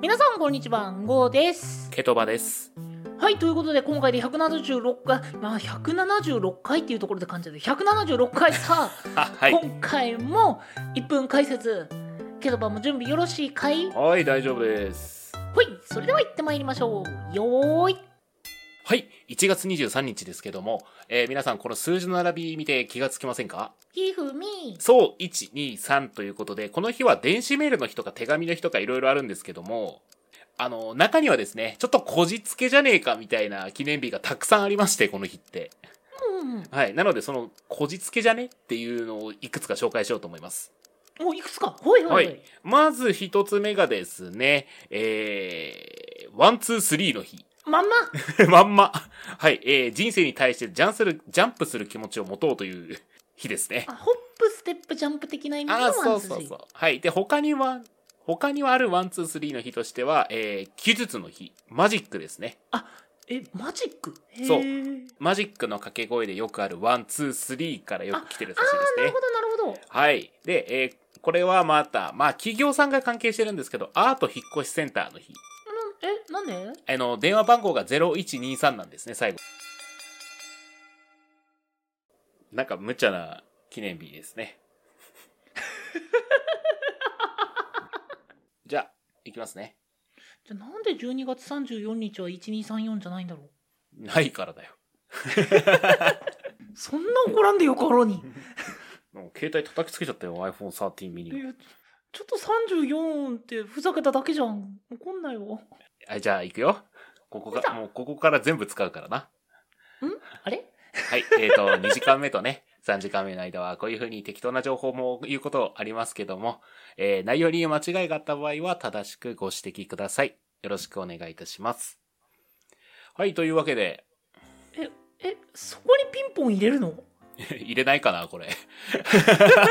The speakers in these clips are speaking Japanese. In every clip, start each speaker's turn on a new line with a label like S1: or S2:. S1: 皆さんこんにちはんごです
S2: ケトバです。
S1: はいということで今回で176回まあ176回っていうところで感じで176回さ、
S2: あ、 はい。
S1: 今回も1分解説ケトバも準備よろしいかいほ
S2: はい、大丈夫です。
S1: いそれでは行ってまいりましょうよーい
S2: はい、1月23日ですけども、えー皆さんこの数字の並び見て気がつきませんか
S1: ひふみ
S2: そう、1、2、3ということで、この日は電子メールの日とか手紙の日とかいろいろあるんですけども、あの、中にはですね、ちょっとこじつけじゃねえかみたいな記念日がたくさんありまして、この日って。
S1: うん
S2: はい。なので、その、こじつけじゃねっていうのをいくつか紹介しようと思います。
S1: おいくつかほいほいほ、
S2: はいい。まず一つ目がですね、えー、ワン、ツー、スリーの日。
S1: まんま
S2: まんま。はい。えー、人生に対してジャンする、ジャンプする気持ちを持とうという 日ですね。
S1: あホップステップジャンプ的な意味
S2: あ
S1: の
S2: あ、そう
S1: ワンス
S2: そう
S1: ジ
S2: そう。はい。で、他には、他にはあるワン、ツー、スリーの日としては、えー、技術の日。マジックですね。
S1: えマジックへー
S2: そう
S1: あー
S2: マジックの掛け声でよくあるワン、ツー、スリーからよく来てるらしい
S1: な
S2: で
S1: る
S2: す
S1: ほ
S2: ね。
S1: どなるほど
S2: はい。で、えー、これはまた、まあ、企業さんが関係してるんですけど、アート引っ越しセンターの日。
S1: えなんで
S2: あの、電話番号が0123なんですね、最後。なんか無茶な記念日ですね。じゃあ、いきますね。
S1: じゃあなんで12月34日は1234じゃないんだろう
S2: ないからだよ。
S1: そんな怒らんでよかろうに。
S2: もう携帯叩きつけちゃったよ、iPhone 13ミ
S1: い
S2: ニ。
S1: やちょっと34ってふざけただけじゃん。怒んなよ。
S2: はい、じゃあ、いくよ。ここ
S1: 出た
S2: が、もうここから全部使うからな。
S1: あれ
S2: はい、えっ、と、2時間目とね、3時間目の間は、こういうふうに適当な情報も言うことありますけども、えー内容に間違いがあった場合は、正しくご指摘ください。よろしくお願いいたします。はい、というわけで、
S1: え、そこにピンポン入れるの
S2: 入れないかな、これ。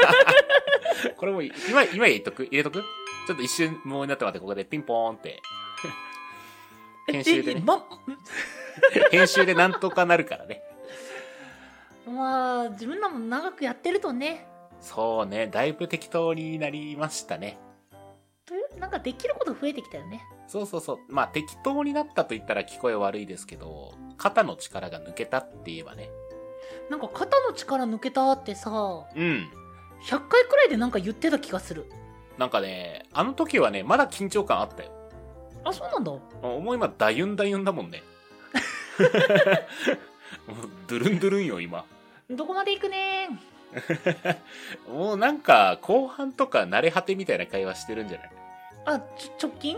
S2: これもう、今、今言っとく入れとくちょっと一瞬無音になってまって、ここでピンポーンって、
S1: え
S2: 編集でね
S1: えま、
S2: 編集でなんとかなるからね。
S1: まあ、自分らも長くやってるとね、
S2: そうね、だいぶ適当になりましたね。
S1: という、なんかできること増えてきたよね。
S2: そうそうそう。まあ適当になったと言ったら聞こえ悪いですけど、肩の力が抜けたって言えばね。
S1: なんか肩の力抜けたってさ、100
S2: うん。
S1: 回くらいでなんか言ってた気がする。
S2: なんかね、あの時はね、まだ緊張感あったよ。
S1: あ、そうなんだ。
S2: お前今、だゆんだゆんだも んね。もう、ドゥルンドゥルンよ、今。
S1: どこまで行くねー
S2: もうなんか、後半とか慣れ果てみたいな会話してるんじゃない
S1: あ、ちょ、直近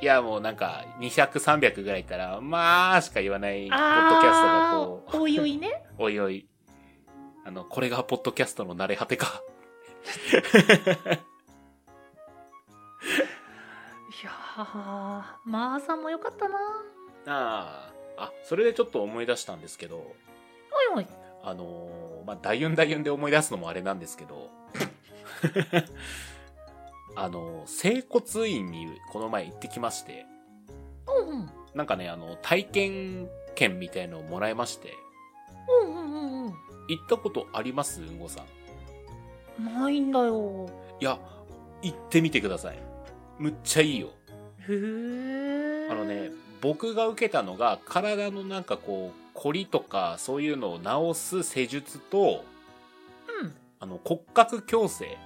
S2: いや、もうなんか、200、300ぐらいいったら、まあ、しか言わない、ポッドキャストが
S1: あ
S2: こ
S1: ーおいおいね。
S2: う、おいおい。あの、これがポッドキャストの慣れ果てか。
S1: いやー、まあさんもよかったな。
S2: ああ、あ、それでちょっと思い出したんですけど、
S1: おいおい。
S2: あのーまあ、だゆんだゆんで思い出すのもあれなんですけど、 あのー整骨院にこの前行ってきまして、
S1: うんうん。
S2: なんかね、あの、体験券みたいのをもらいまして、
S1: うんうんうんうん。
S2: 行ったことありますうんごさん。い
S1: ないんだよ。
S2: や、行ってみてください。むっちゃいいよ。
S1: へえ。
S2: あのね、僕が受けたのが、体のなんかこう、凝りとか、そういうのを治す施術と、
S1: うん。
S2: あの、骨格矯正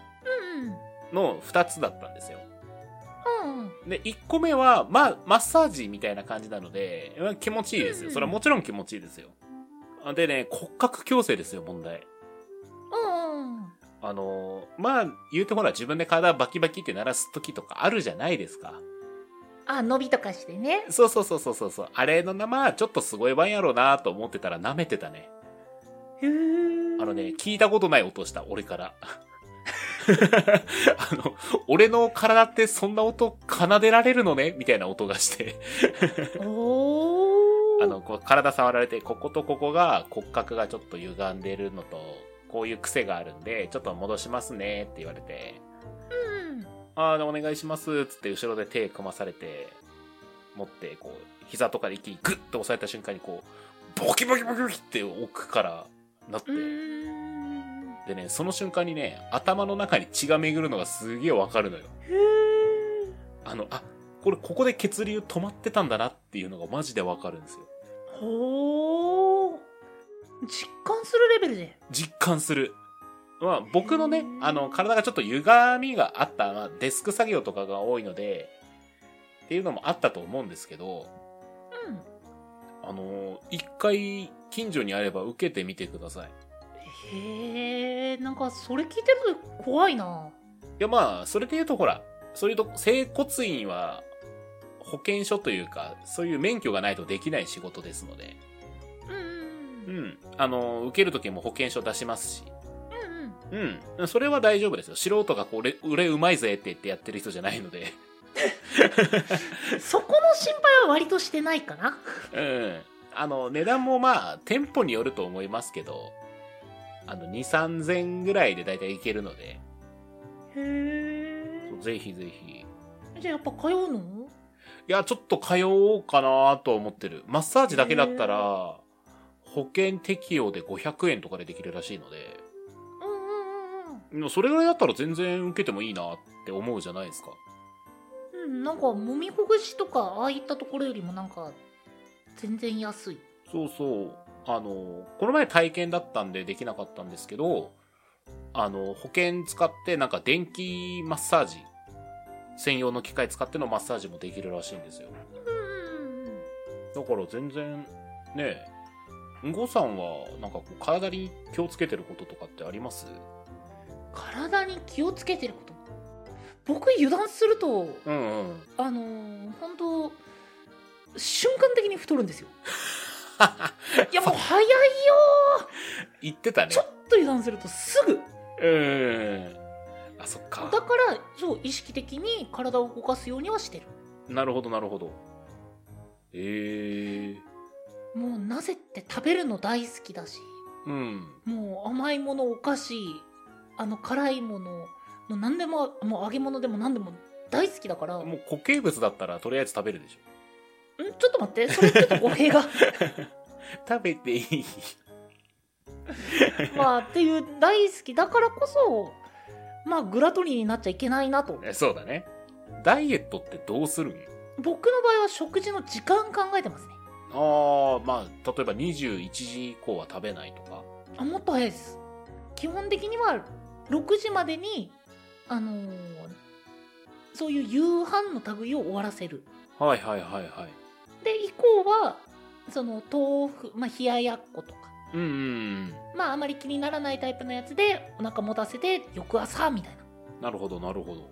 S1: うん
S2: の2つだったんですよ。
S1: うん。うん。
S2: で、1個目は、まあ、マッサージみたいな感じなので、まあ気持ちいいです
S1: う
S2: よ。
S1: ん
S2: それはもちろん気持ちいいですよ。あでね、骨格矯正ですよ、問題。
S1: うんうん。
S2: あのー、まあ、言うてほら、自分で体バキバキって鳴らす時とかあるじゃないですか。
S1: あ、伸びとかしてね。
S2: そうそうそうそうそうそう。あれの名前、ちょっとすごい番やろうなと思ってたら舐めてたね。
S1: へえ。
S2: あのね、聞いたことない音した、俺から。 あの、俺の体ってそんな音奏でられるのねみたいな音がして。
S1: おー。
S2: あの、こう体触られて、こことここが骨格がちょっと歪んでるのと、こういう癖があるんで、ちょっと戻しますねって言われて、
S1: うん。
S2: あーお願いしますっつって後ろで手組まされて、持って、こう、膝とかで一気にグッと押さえた瞬間にこう、ボキボキボキボキって奥からなって、
S1: うーん。
S2: でね、その瞬間にね、頭の中に血が巡るのがすげえわかるのよ。
S1: へえ。
S2: あの、あ、これここで血流止まってたんだなっていうのがマジでわかるんですよ。
S1: ほー実感するレベルで
S2: 実感する。まあ僕のね、あの、体がちょっと歪みがあった、まあ、デスク作業とかが多いので、っていうのもあったと思うんですけど、
S1: うん
S2: あの、一回近所にあれば受けてみてください。
S1: へえなんかそれ聞いてると怖いない
S2: やまあ、それで言うとほら、それと、整骨院は保険証というか、そういう免許がないとできない仕事ですので、
S1: うんうん
S2: う
S1: うん
S2: ん。あの、受けるときも保険証出しますし、
S1: うん
S2: うん。それは大丈夫ですよ。素人がこれ、俺うまいぜって言ってやってる人じゃないので。
S1: うんそこの心配は割としてないかな
S2: うん。あの、値段もまあ、店舗によると思いますけど、あの、2、3000ぐらいで大体いけるので、
S1: へえ
S2: ぜひぜひ。い
S1: じゃあやっぱ通うの
S2: や、ちょっと通おうかなと思ってる。マッサージだけだったら、保険適用で500円とかでできるらしいので、
S1: うんうんうん
S2: でもそれぐらいだったら全然受けてもいいなって思うじゃないですか。
S1: うんうんなんかもみほぐしとかああいったところよりもなんか全然安い
S2: そうそう。あの、この前体験だったんでできなかったんですけど、あの、保険使ってなんか電気マッサージ、専用の機械使ってのマッサージもできるらしいんですよ。
S1: うんうんうん
S2: だから全然、ねえ、んごさんはなんかこう体に気をつけてることとかってあります
S1: 体に気をつけてること僕油断すると
S2: うんうん。
S1: あのー、本当瞬間的に太るん ですよいやもう早いよ
S2: 言ってたね
S1: ちょ。っと油断するとすぐ
S2: うん。あ、そっ
S1: だ
S2: か
S1: から。そう意識的に体を動かすようにはしてる
S2: なるほど、なるほど。ええ
S1: もうなぜって食べるの大好きだし
S2: うん。
S1: もう甘いものお菓子あの辛いものもう何でももう揚げ物でも何でも大好きだからんち
S2: もう固形物だったらとりあえず食べるでしょ。
S1: ょっと待ってそれちょっと語弊 が
S2: 食べていい。
S1: まあっていう大好きだからこそまあグラトリーになっちゃいけないなと
S2: そうだね。ダイエットってどうするん
S1: 僕の場合は食事の時間考えてますね
S2: ああ、まあ、例えば21時以降は食べないとか。
S1: あもっと早いです基本的には6時までにあのーそういう夕飯の類を終わらせる
S2: はいはいはいはい。
S1: で以降はその豆腐、まあ、冷ややっことか
S2: うんうん
S1: まああまり気にならないタイプのやつでお腹持たせて翌朝みたいな
S2: うん。なるほどなるほど。い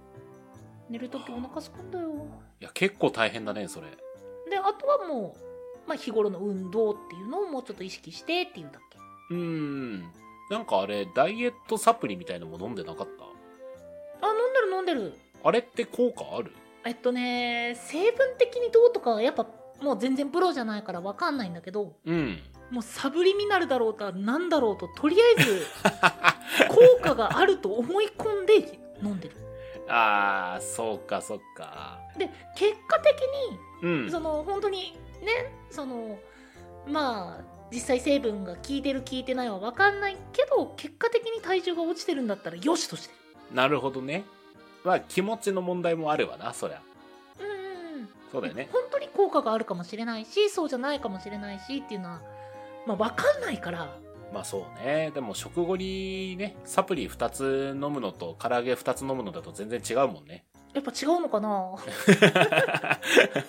S1: 寝るときお腹すくんだよ
S2: や、結構大変だね、それ。
S1: であとはもう、まあ、日頃の運動っていうのをもうちょっと意識してっていうだけ
S2: うん。なんかあれ、ダイエットサプリみたいのも飲んでなかっ
S1: あ飲んでる飲んでる
S2: たあれって効果ある
S1: えっとね成分的にどうとかはやっぱもう全然プロじゃないから分かんないんだけど
S2: うん。
S1: もうサブリミナルだろうとは何だろうととりあえず効果があると思い込んで飲んでる
S2: ああ、そうかそうか。
S1: で結果的に
S2: うん。
S1: その本当にねそのまあ実際成分が効いてる効いてないは分かんないけど結果的に体重が落ちてるんだったらよしとして
S2: なるほどね。まあ、気持ちの問題もあるわな、そりゃ。
S1: るうんうん
S2: そうだよね。
S1: 本当に効果があるかもしれないしそうじゃないかもしれないしっていうのは、まあ、分かんないから
S2: まあそうね。でも食後にね、サプリ2つ飲むのと唐揚げ2つ飲むのだと全然違うもんね。
S1: やっぱ違うのか な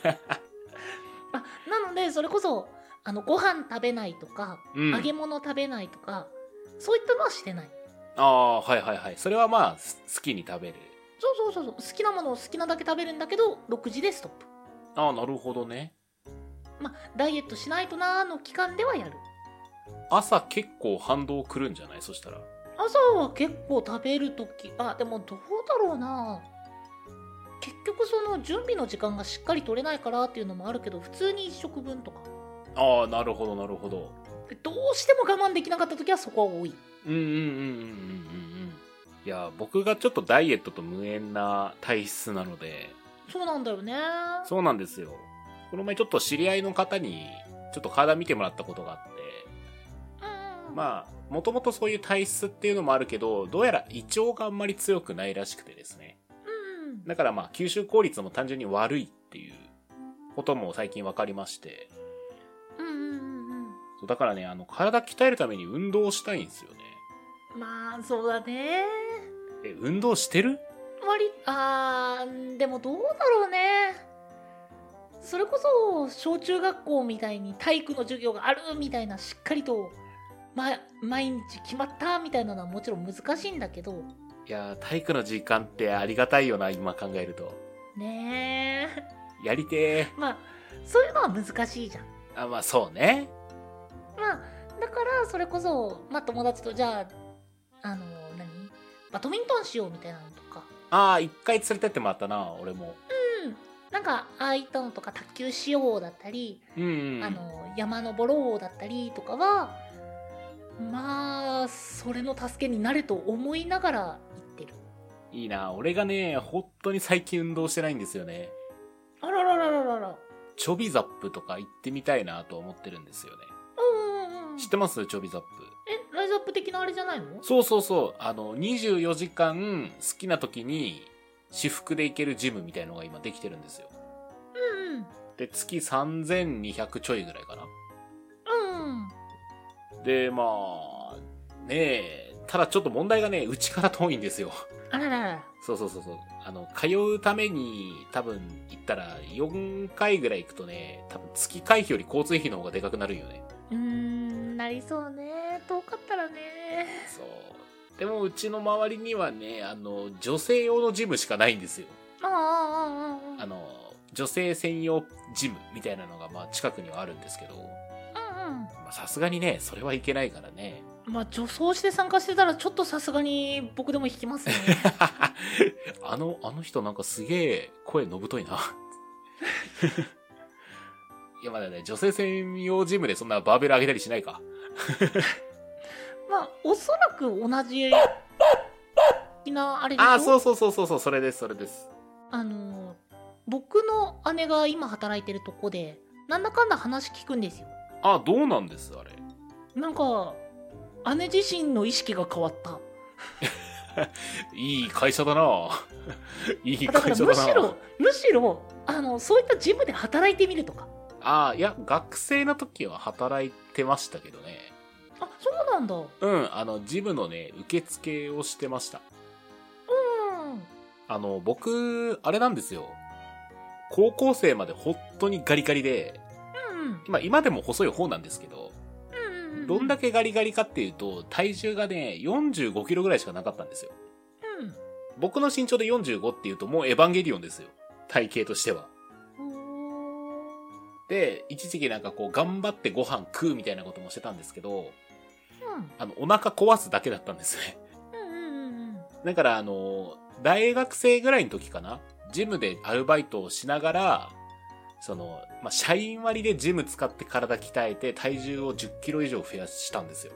S1: あなのでそれこそあのご飯食べないとか、
S2: うん。
S1: 揚げ物食べないとかそういったのはしてない
S2: ああ、はいはいはい。それはまあ、す好きに食べる。
S1: そうそうそうそう好きなものを好きなだけ食べるんだけど6時でストップ
S2: ああ、なるほどね。
S1: まあダイエットしないとなーの期間ではやる
S2: 朝結構反動くるんじゃないそしたら。
S1: 朝は結構食べるときあでもどうだろうな結局その準備の時間がしっかり取れないからっていうのもあるけど普通に1食分とか
S2: ああ、なるほどなるほど。
S1: でどうしても我慢できなかった時はそこは多い
S2: うんうんうんうんうんうんうん。いや、僕がちょっとダイエットと無縁な体質なので、
S1: そうなんだよね
S2: そうなんですよ。この前ちょっと知り合いの方に、ちょっと体見てもらったことがあって、
S1: うんうん
S2: まあ、もともとそういう体質っていうのもあるけど、どうやら胃腸があんまり強くないらしくてですね。
S1: うん
S2: だからまあ吸収効率も単純に悪いっていうことも最近分かりまして。
S1: うんうんうん
S2: そうだからね、あの、体鍛えるために運動をしたいんですよ
S1: う
S2: ね。
S1: んまあそうだね
S2: え、運動してる
S1: 割りあーでもどうだろうねそれこそ小中学校みたいに体育の授業があるみたいなしっかりと、ま、毎日決まったみたいなのはもちろん難しいんだけど
S2: いやー、体育の時間ってありがたいよな、今考えると。
S1: ねえ
S2: やりて
S1: まあそういうのは難しいじゃん
S2: ー。あ、まあそうね。
S1: まあだからそれこそ、まあ、友達とじゃああの何バドミントンしようみたいなのとか
S2: ああ、一回連れてってもらったな、俺も。
S1: なんかああいったのとか卓球しようだったり、
S2: うん、うん。
S1: あの山登ろうだったりとかはまあそれの助けになると思いながら行ってる
S2: いいな、俺がね、本当に最近運動してないんですよね。
S1: あらららららら
S2: チョビザップとか行ってみたいなと思ってるんですよね。
S1: うんうんうん
S2: 知ってますチョビザップ。
S1: えライズアップ的なあれじゃないの
S2: そうそうそう。あの、24時間好きな時に私服で行けるジムみたいのが今できてるんですよ。
S1: うんうん
S2: で、月3200ちょいぐらいかな。
S1: うん
S2: で、まあ、ねえ、ただちょっと問題がね、うちから遠いんですよ。
S1: あらららら
S2: そうそうそうそう。あの、通うために多分行ったら4回ぐらい行くとね、多分月会費より交通費の方がでかくなるんよね。
S1: うーんなりそうね遠かったらね
S2: そう。でもうちの周りにはね、あの、女性用のジムしかないんですよ。
S1: ああああああ
S2: あの、女性専用ジムみたいなのがまあ近くにはあるんですけど、
S1: う
S2: まあさすがにね、それはいけないからね。
S1: んうんまあ女装して参加してたらちょっとさすがに僕でも引きますね
S2: あの、あの人なんかすげえ声のぶといな。 いやまだね、女性専用ジムでそんなバーベル上げたりしないか。
S1: まあおそらく同じ的なあれでしょ
S2: ああ、そうそうそうそうそう、それです、それです。
S1: あの僕の姉が今働いてるとこでなんだかんだ話聞くんですよ
S2: あどうなんです、あれ。
S1: なんか姉自身の意識が変わった
S2: いい会社だないい
S1: だか
S2: 会
S1: ら
S2: 社
S1: む
S2: だな
S1: しろむしろあのそういったジムで働いてみるとか
S2: ああ、いや、学生の時は働いてましたけどね。
S1: あそうなんだうん
S2: うん、あの、ジムのね、受付をしてました。あの、僕、あれなんですよ。高校生まで本当にガリガリで、
S1: うん
S2: 今、今でも細い方なんですけど、
S1: うんうん
S2: どんだ
S1: け
S2: けガリガリかっていうと、体重がね、45キロぐらいしかなかったんですよ。僕の身長で45っていうと、もうエヴァンゲリオンですよ。体型としては。
S1: うん
S2: で、一時期なんかこう、頑張ってご飯食うみたいなこともしてたんですけど、
S1: うん
S2: あの、お腹壊すだけだったんですね。
S1: うんうん
S2: だから、あの、大学生ぐらいの時かな、ジムでアルバイトをしながら、その、まあ、社員割でジム使って体鍛えて体重を10キロ以上増やしたんですよ。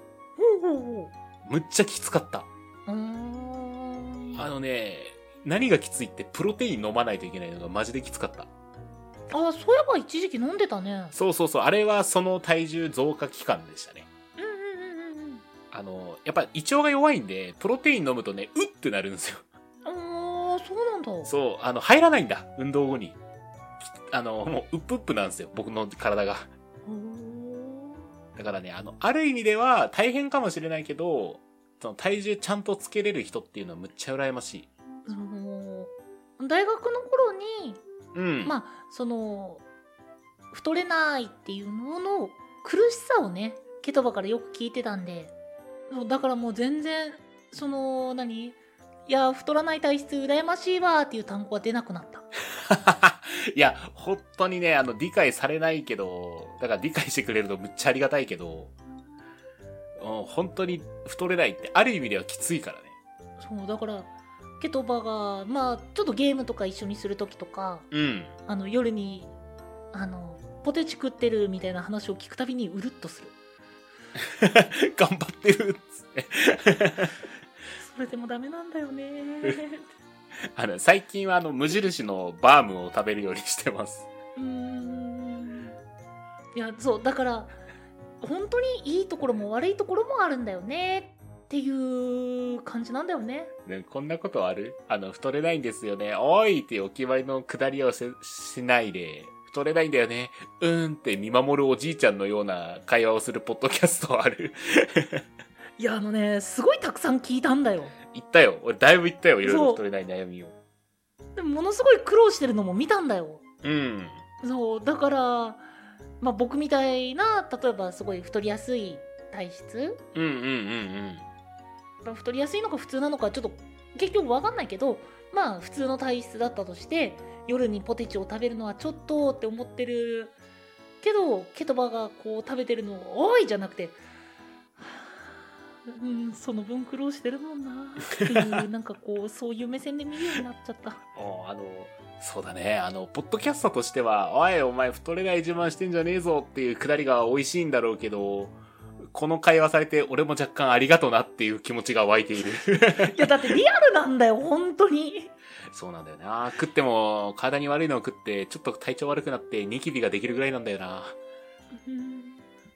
S1: ほうほうほう
S2: むっちゃきつかった。
S1: うーん
S2: あのね、何がきついってプロテイン飲まないといけないのがマジできつかった。
S1: あそういえば一時期飲んでたね
S2: そうそうそう、あれはその体重増加期間でしたね。
S1: うんうんうんうん
S2: あの、やっぱ胃腸が弱いんで、プロテイン飲むとね、うってなるんですよ。
S1: あーそうなんだ
S2: そう、あの、入らないんだ、運動後に。きあの、もう、うっぷっぷなんですよ、僕の体が。
S1: ほー
S2: だからね、あの、ある意味では大変かもしれないけど、その体重ちゃんとつけれる人っていうのはむっちゃ羨ましい。
S1: その大学の頃に、
S2: うん。
S1: まあその太れないっていうのの苦しさをねケトバからよく聞いてたんでそうだからもう全然その何いや太らない体質羨ましいわーっていう単語は出なくなった
S2: いや、本当にね、あの、理解されないけど、だから理解してくれるとむっちゃありがたいけど、うん、本当に太れないって、ある意味ではきついからね。
S1: そうだからケトバがまあちょっとゲームとか一緒にする時とか
S2: うん。
S1: あの夜にあのポテチ食ってるみたいな話を聞くたびにうるっとする
S2: 頑張ってるっつって。
S1: それでもダメなんだよねー
S2: あの、最近はあの、無印のバームを食べるようにしてます。
S1: うーんいやそうだから本当にいいところも悪いところもあるんだよねっていう感じなんだよね。
S2: ね、こんなことあるあの、太れないんですよね。おいっていうお決まりのくだりをせしないで、太れないんだよね。うーんって見守るおじいちゃんのような会話をするポッドキャストある。
S1: いや、あのね、すごいたくさん聞いたんだよ。
S2: 言ったよ。俺だいぶ言ったよ。いろい
S1: そ
S2: ろ
S1: う
S2: 太れない悩みを。
S1: でも、ものすごい苦労してるのも見たんだよ。
S2: うん。
S1: そう、だから、まあ、僕みたいな、例えばすごい太りやすい体質
S2: うんうんうん
S1: まあ太りやすいのか普通なのかちょっと結局わかんないけどまあ普通の体質だったとして夜にポテチを食べるのはちょっとって思ってるけどケトバがこう食べてるのを「おい!」じゃなくてはあ「うんその分苦労してるもんな」っていう なんかこうそういう目線で見るようになっちゃった
S2: うん。おあの、そうだね。あの、ポッドキャストとしては、おい、お前太れない自慢してんじゃねえぞっていうくだりが美味しいんだろうけど、この会話されて俺も若干ありがとなっていう気持ちが湧いている。
S1: いやだってリアルなんだよ本当に
S2: そうなんだよな。食っても、体に悪いのを食って、ちょっと体調悪くなって、ニキビができるぐらいなんだよな。
S1: うん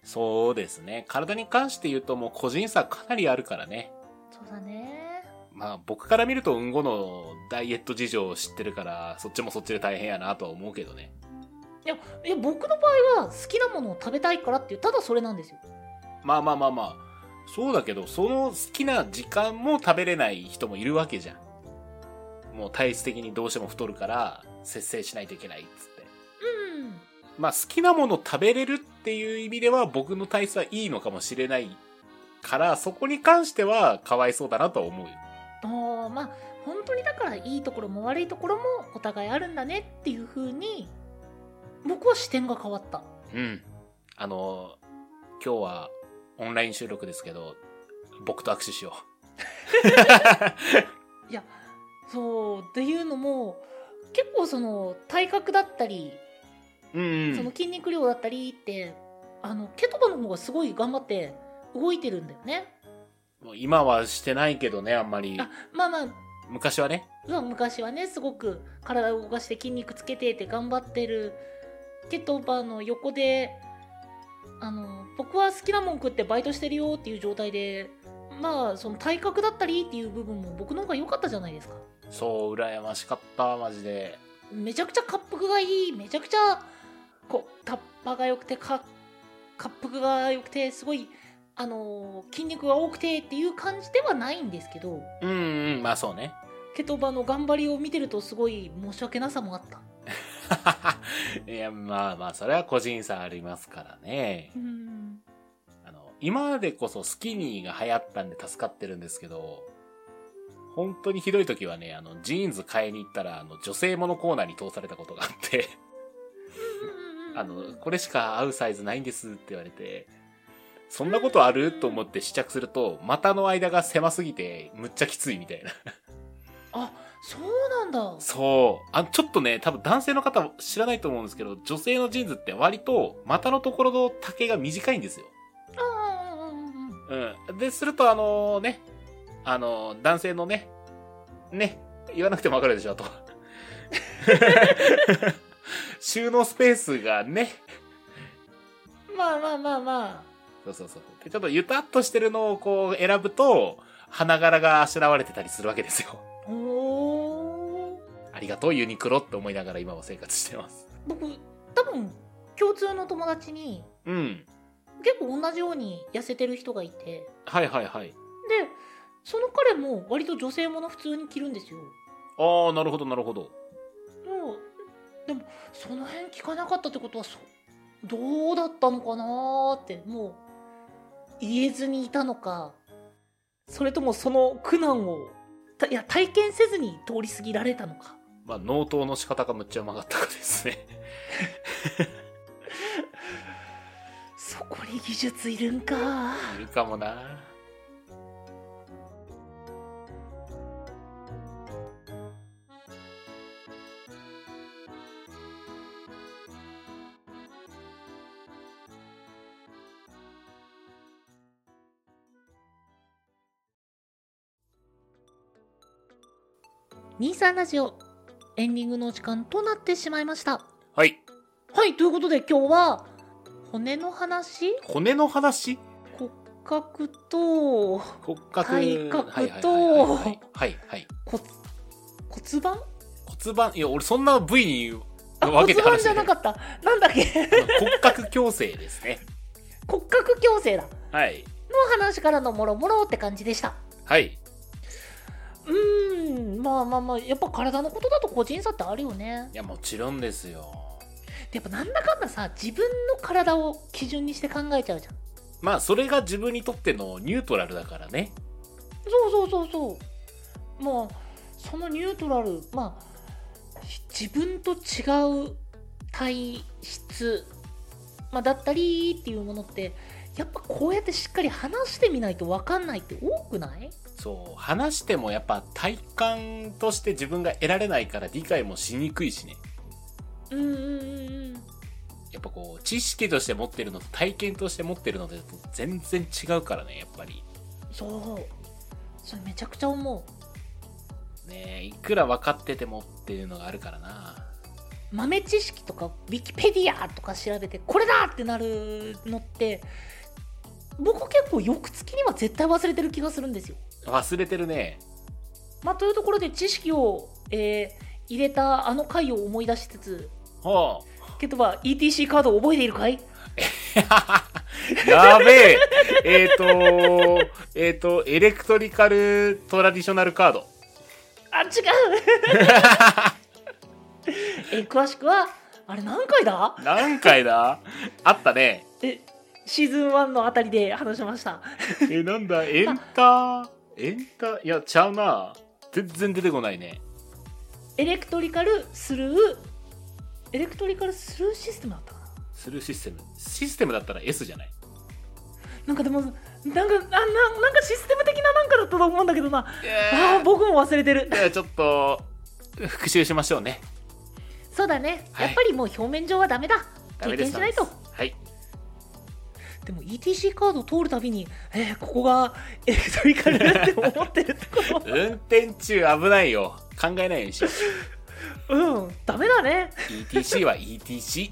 S2: そうですね。体に関して言うと、もう個人差かなりあるからね。
S1: そうだね
S2: まあ、僕から見ると、うんごのダイエット事情を知ってるから、そっちもそっちで大変やなとは思うけどね。
S1: いやいや僕の場合は好きなものを食べたいからっていうただそれなんですよ
S2: まあまあまあまあ、そうだけど、その好きな時間も食べれない人もいるわけじゃん。もう体質的にどうしても太るから、節制しないといけないっつって。
S1: うん
S2: まあ好きなもの食べれるっていう意味では僕の体質はいいのかもしれないから、そこに関してはかわいそうだなとは思うよ。
S1: あーまあ本当にだからいいところも悪いところもお互いあるんだねっていう風に僕は視点が変わった
S2: うん。あの、今日はオンライン収録ですけど、僕と握手しよ
S1: いやそうっていうのも結構その体格だったり、
S2: う。うん、う
S1: その
S2: ん。
S1: 筋肉量だったりってあのケトバの方がすごい頑張って動いてるんだよね
S2: もう今はしてないけどね、あんまり。
S1: あまあまあ
S2: 昔はね。
S1: そう昔はねすごく体を動かして筋肉つけてって頑張ってるケトバの横であの僕は好きなもん食ってバイトしてるよっていう状態でまあその体格だったりっていう部分も僕の方が良かったじゃないですか
S2: そう、羨ましかった、マジで。
S1: めちゃくちゃ滑腹がいいめちゃくちゃこうタッパが良くてか滑腹が良くてすごいあの筋肉が多くてっていう感じではないんですけど
S2: うんうん、まあそうね。
S1: ケトバの頑張りを見てるとすごい申し訳なさもあった。
S2: いや、まあまあ、それは個人差ありますからね。
S1: うん
S2: あの、今までこそスキニーが流行ったんで助かってるんですけど、本当にひどい時はね、あの、ジーンズ買いに行ったら、あの、女性ものコーナーに通されたことがあって、 あの、これしか合うサイズないんですって言われて、そんなことあると思って試着すると、股の間が狭すぎて、むっちゃきついみたいな。
S1: そうなんだ
S2: そう。あ、ちょっとね、多分男性の方は知らないと思うんですけど、女性のジーンズって割と、股のところの丈が短いんですよ。
S1: ああうんうんうん
S2: うん。で、すると、あのね、あの男性のね、ね、言わなくてもわかるでしょ、と。 収納スペースがね、
S1: まあまあまあま
S2: そうそうそう。でちょっとゆたっとしてるのをこう選ぶと、花柄があしらわれてたりするわけですよ。
S1: あおー
S2: ありがとう、ユニクロって思いながら今も生活してます。
S1: 僕多分共通の友達に
S2: うん。
S1: 結構同じように痩せてる人がいてで
S2: はいはいはい。
S1: その彼も割と女性もの普通に着るんですよ
S2: ああ、なるほどなるほど。
S1: もうでもその辺聞かなかったってことはそどうだったのかなーってもう言えずにいたのかそれともその苦難をたいや体験せずに通り過ぎられたのか
S2: まあ、納刀の仕方がむっちゃうまかったかですね。
S1: そこに技術いるんか
S2: いるかもな。
S1: 23ラジオエンディングのお時間となってしまいました
S2: はい。
S1: はいということで今日は骨の話
S2: 骨の話
S1: こ格と
S2: 骨格。
S1: 体格
S2: はいはいはい
S1: と
S2: はいはいはい。
S1: 骨骨盤
S2: 骨盤、いや、俺そんな部位に
S1: あ
S2: 分
S1: 骨
S2: けて
S1: 盤
S2: 話
S1: じゃなか
S2: っ
S1: ったなんだっけ
S2: た。骨格矯正ですね。
S1: 骨格矯正だの
S2: はい。
S1: 話からのもろもろって感じでした
S2: はい。
S1: うーんまあまあまあやっぱ体のことだと個人差ってあるよね
S2: いや、もちろんですよ。
S1: でやっぱなんだかんださ自分の体を基準にして考えちゃうじゃん
S2: まあ、それが自分にとってのニュートラルだからね。
S1: そうそうそうそうまあそのニュートラルまあ自分と違う体質、まあ、だったりっていうものってやっぱこうやってしっかり話してみないと分かんないって多くない
S2: そう、話してもやっぱ体感として自分が得られないから理解もしにくいしね。
S1: うんうんうんうん
S2: やっぱこう、知識として持ってるのと体験として持ってるので全然違うからね、やっぱり。
S1: そうそれめちゃくちゃ思
S2: ねえいくら分かっててもっていうのがあるからな。
S1: う豆知識とかウィキペディアとか調べてこれだってなるのって僕結構翌月には絶対忘れてる気がするんですよ
S2: 忘れてるね。
S1: まあ、というところで知識を、えー入れたあの回を思い出しつつ、
S2: はあ。
S1: ケトバ ETC カードを覚えているかい
S2: やべええっ、と、えっ、と、エレクトリカルトラディショナルカード。
S1: あ、違うえー詳しくは、あれ何回だ
S2: 何回だあったね。
S1: え、シーズン1のあたりで話しました。
S2: え、なんだ、エンター、エンター、いや、ちゃうな。全然出てこないね。
S1: エレクトリカルスルー、エレクトリカルスルーシステムだったかな
S2: スルーシステム。システムだったら S じゃない
S1: なんかでも、なんか、あななんかシステム的ななんかだったと思うんだけどな。
S2: い
S1: あ
S2: や
S1: ー僕も忘れてる。
S2: ちょっと、復習しましょうね。
S1: そうだね。
S2: はい
S1: やっぱりもう表面上はダメだ。
S2: ダ
S1: 経
S2: メで
S1: 験
S2: す
S1: しないと。。
S2: はい。
S1: でも ETC カードを通るたびに、えーここがエレクトリカルだって思ってるとこ
S2: 運転中危ないよ。考えないようにしよう。
S1: ろ うんダメだね
S2: ETC は ETC。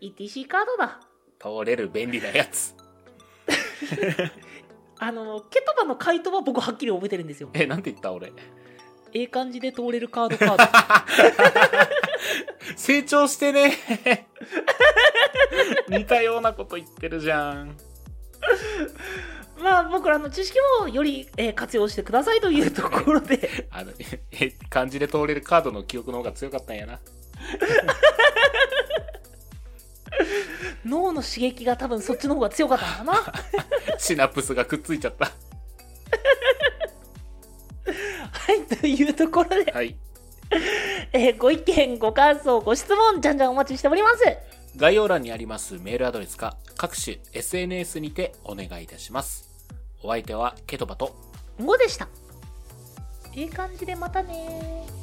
S1: ETC カードだ
S2: 通れる便利なやつ。
S1: あのケトバの回答は僕はっきり覚えてるんですよ
S2: え、なんて言った俺。
S1: ええ感じで通れるカードカード
S2: 成長してね 似たようなこと言ってるじゃん
S1: まあ僕らの知識もより、えー活用してくださいというところで
S2: あのえ漢字で通れるカードの記憶の方が強かったんやな
S1: 脳の刺激が多分そっちの方が強かったんだな
S2: シナプスがくっついちゃった
S1: はいというところで、
S2: はい
S1: えーご意見ご感想ご質問じゃんじゃんお待ちしております
S2: 概要欄にありますメールアドレスか各種 SNS にてお願いいたしますお相手はケトバと
S1: 5でしたええ感じでまたねー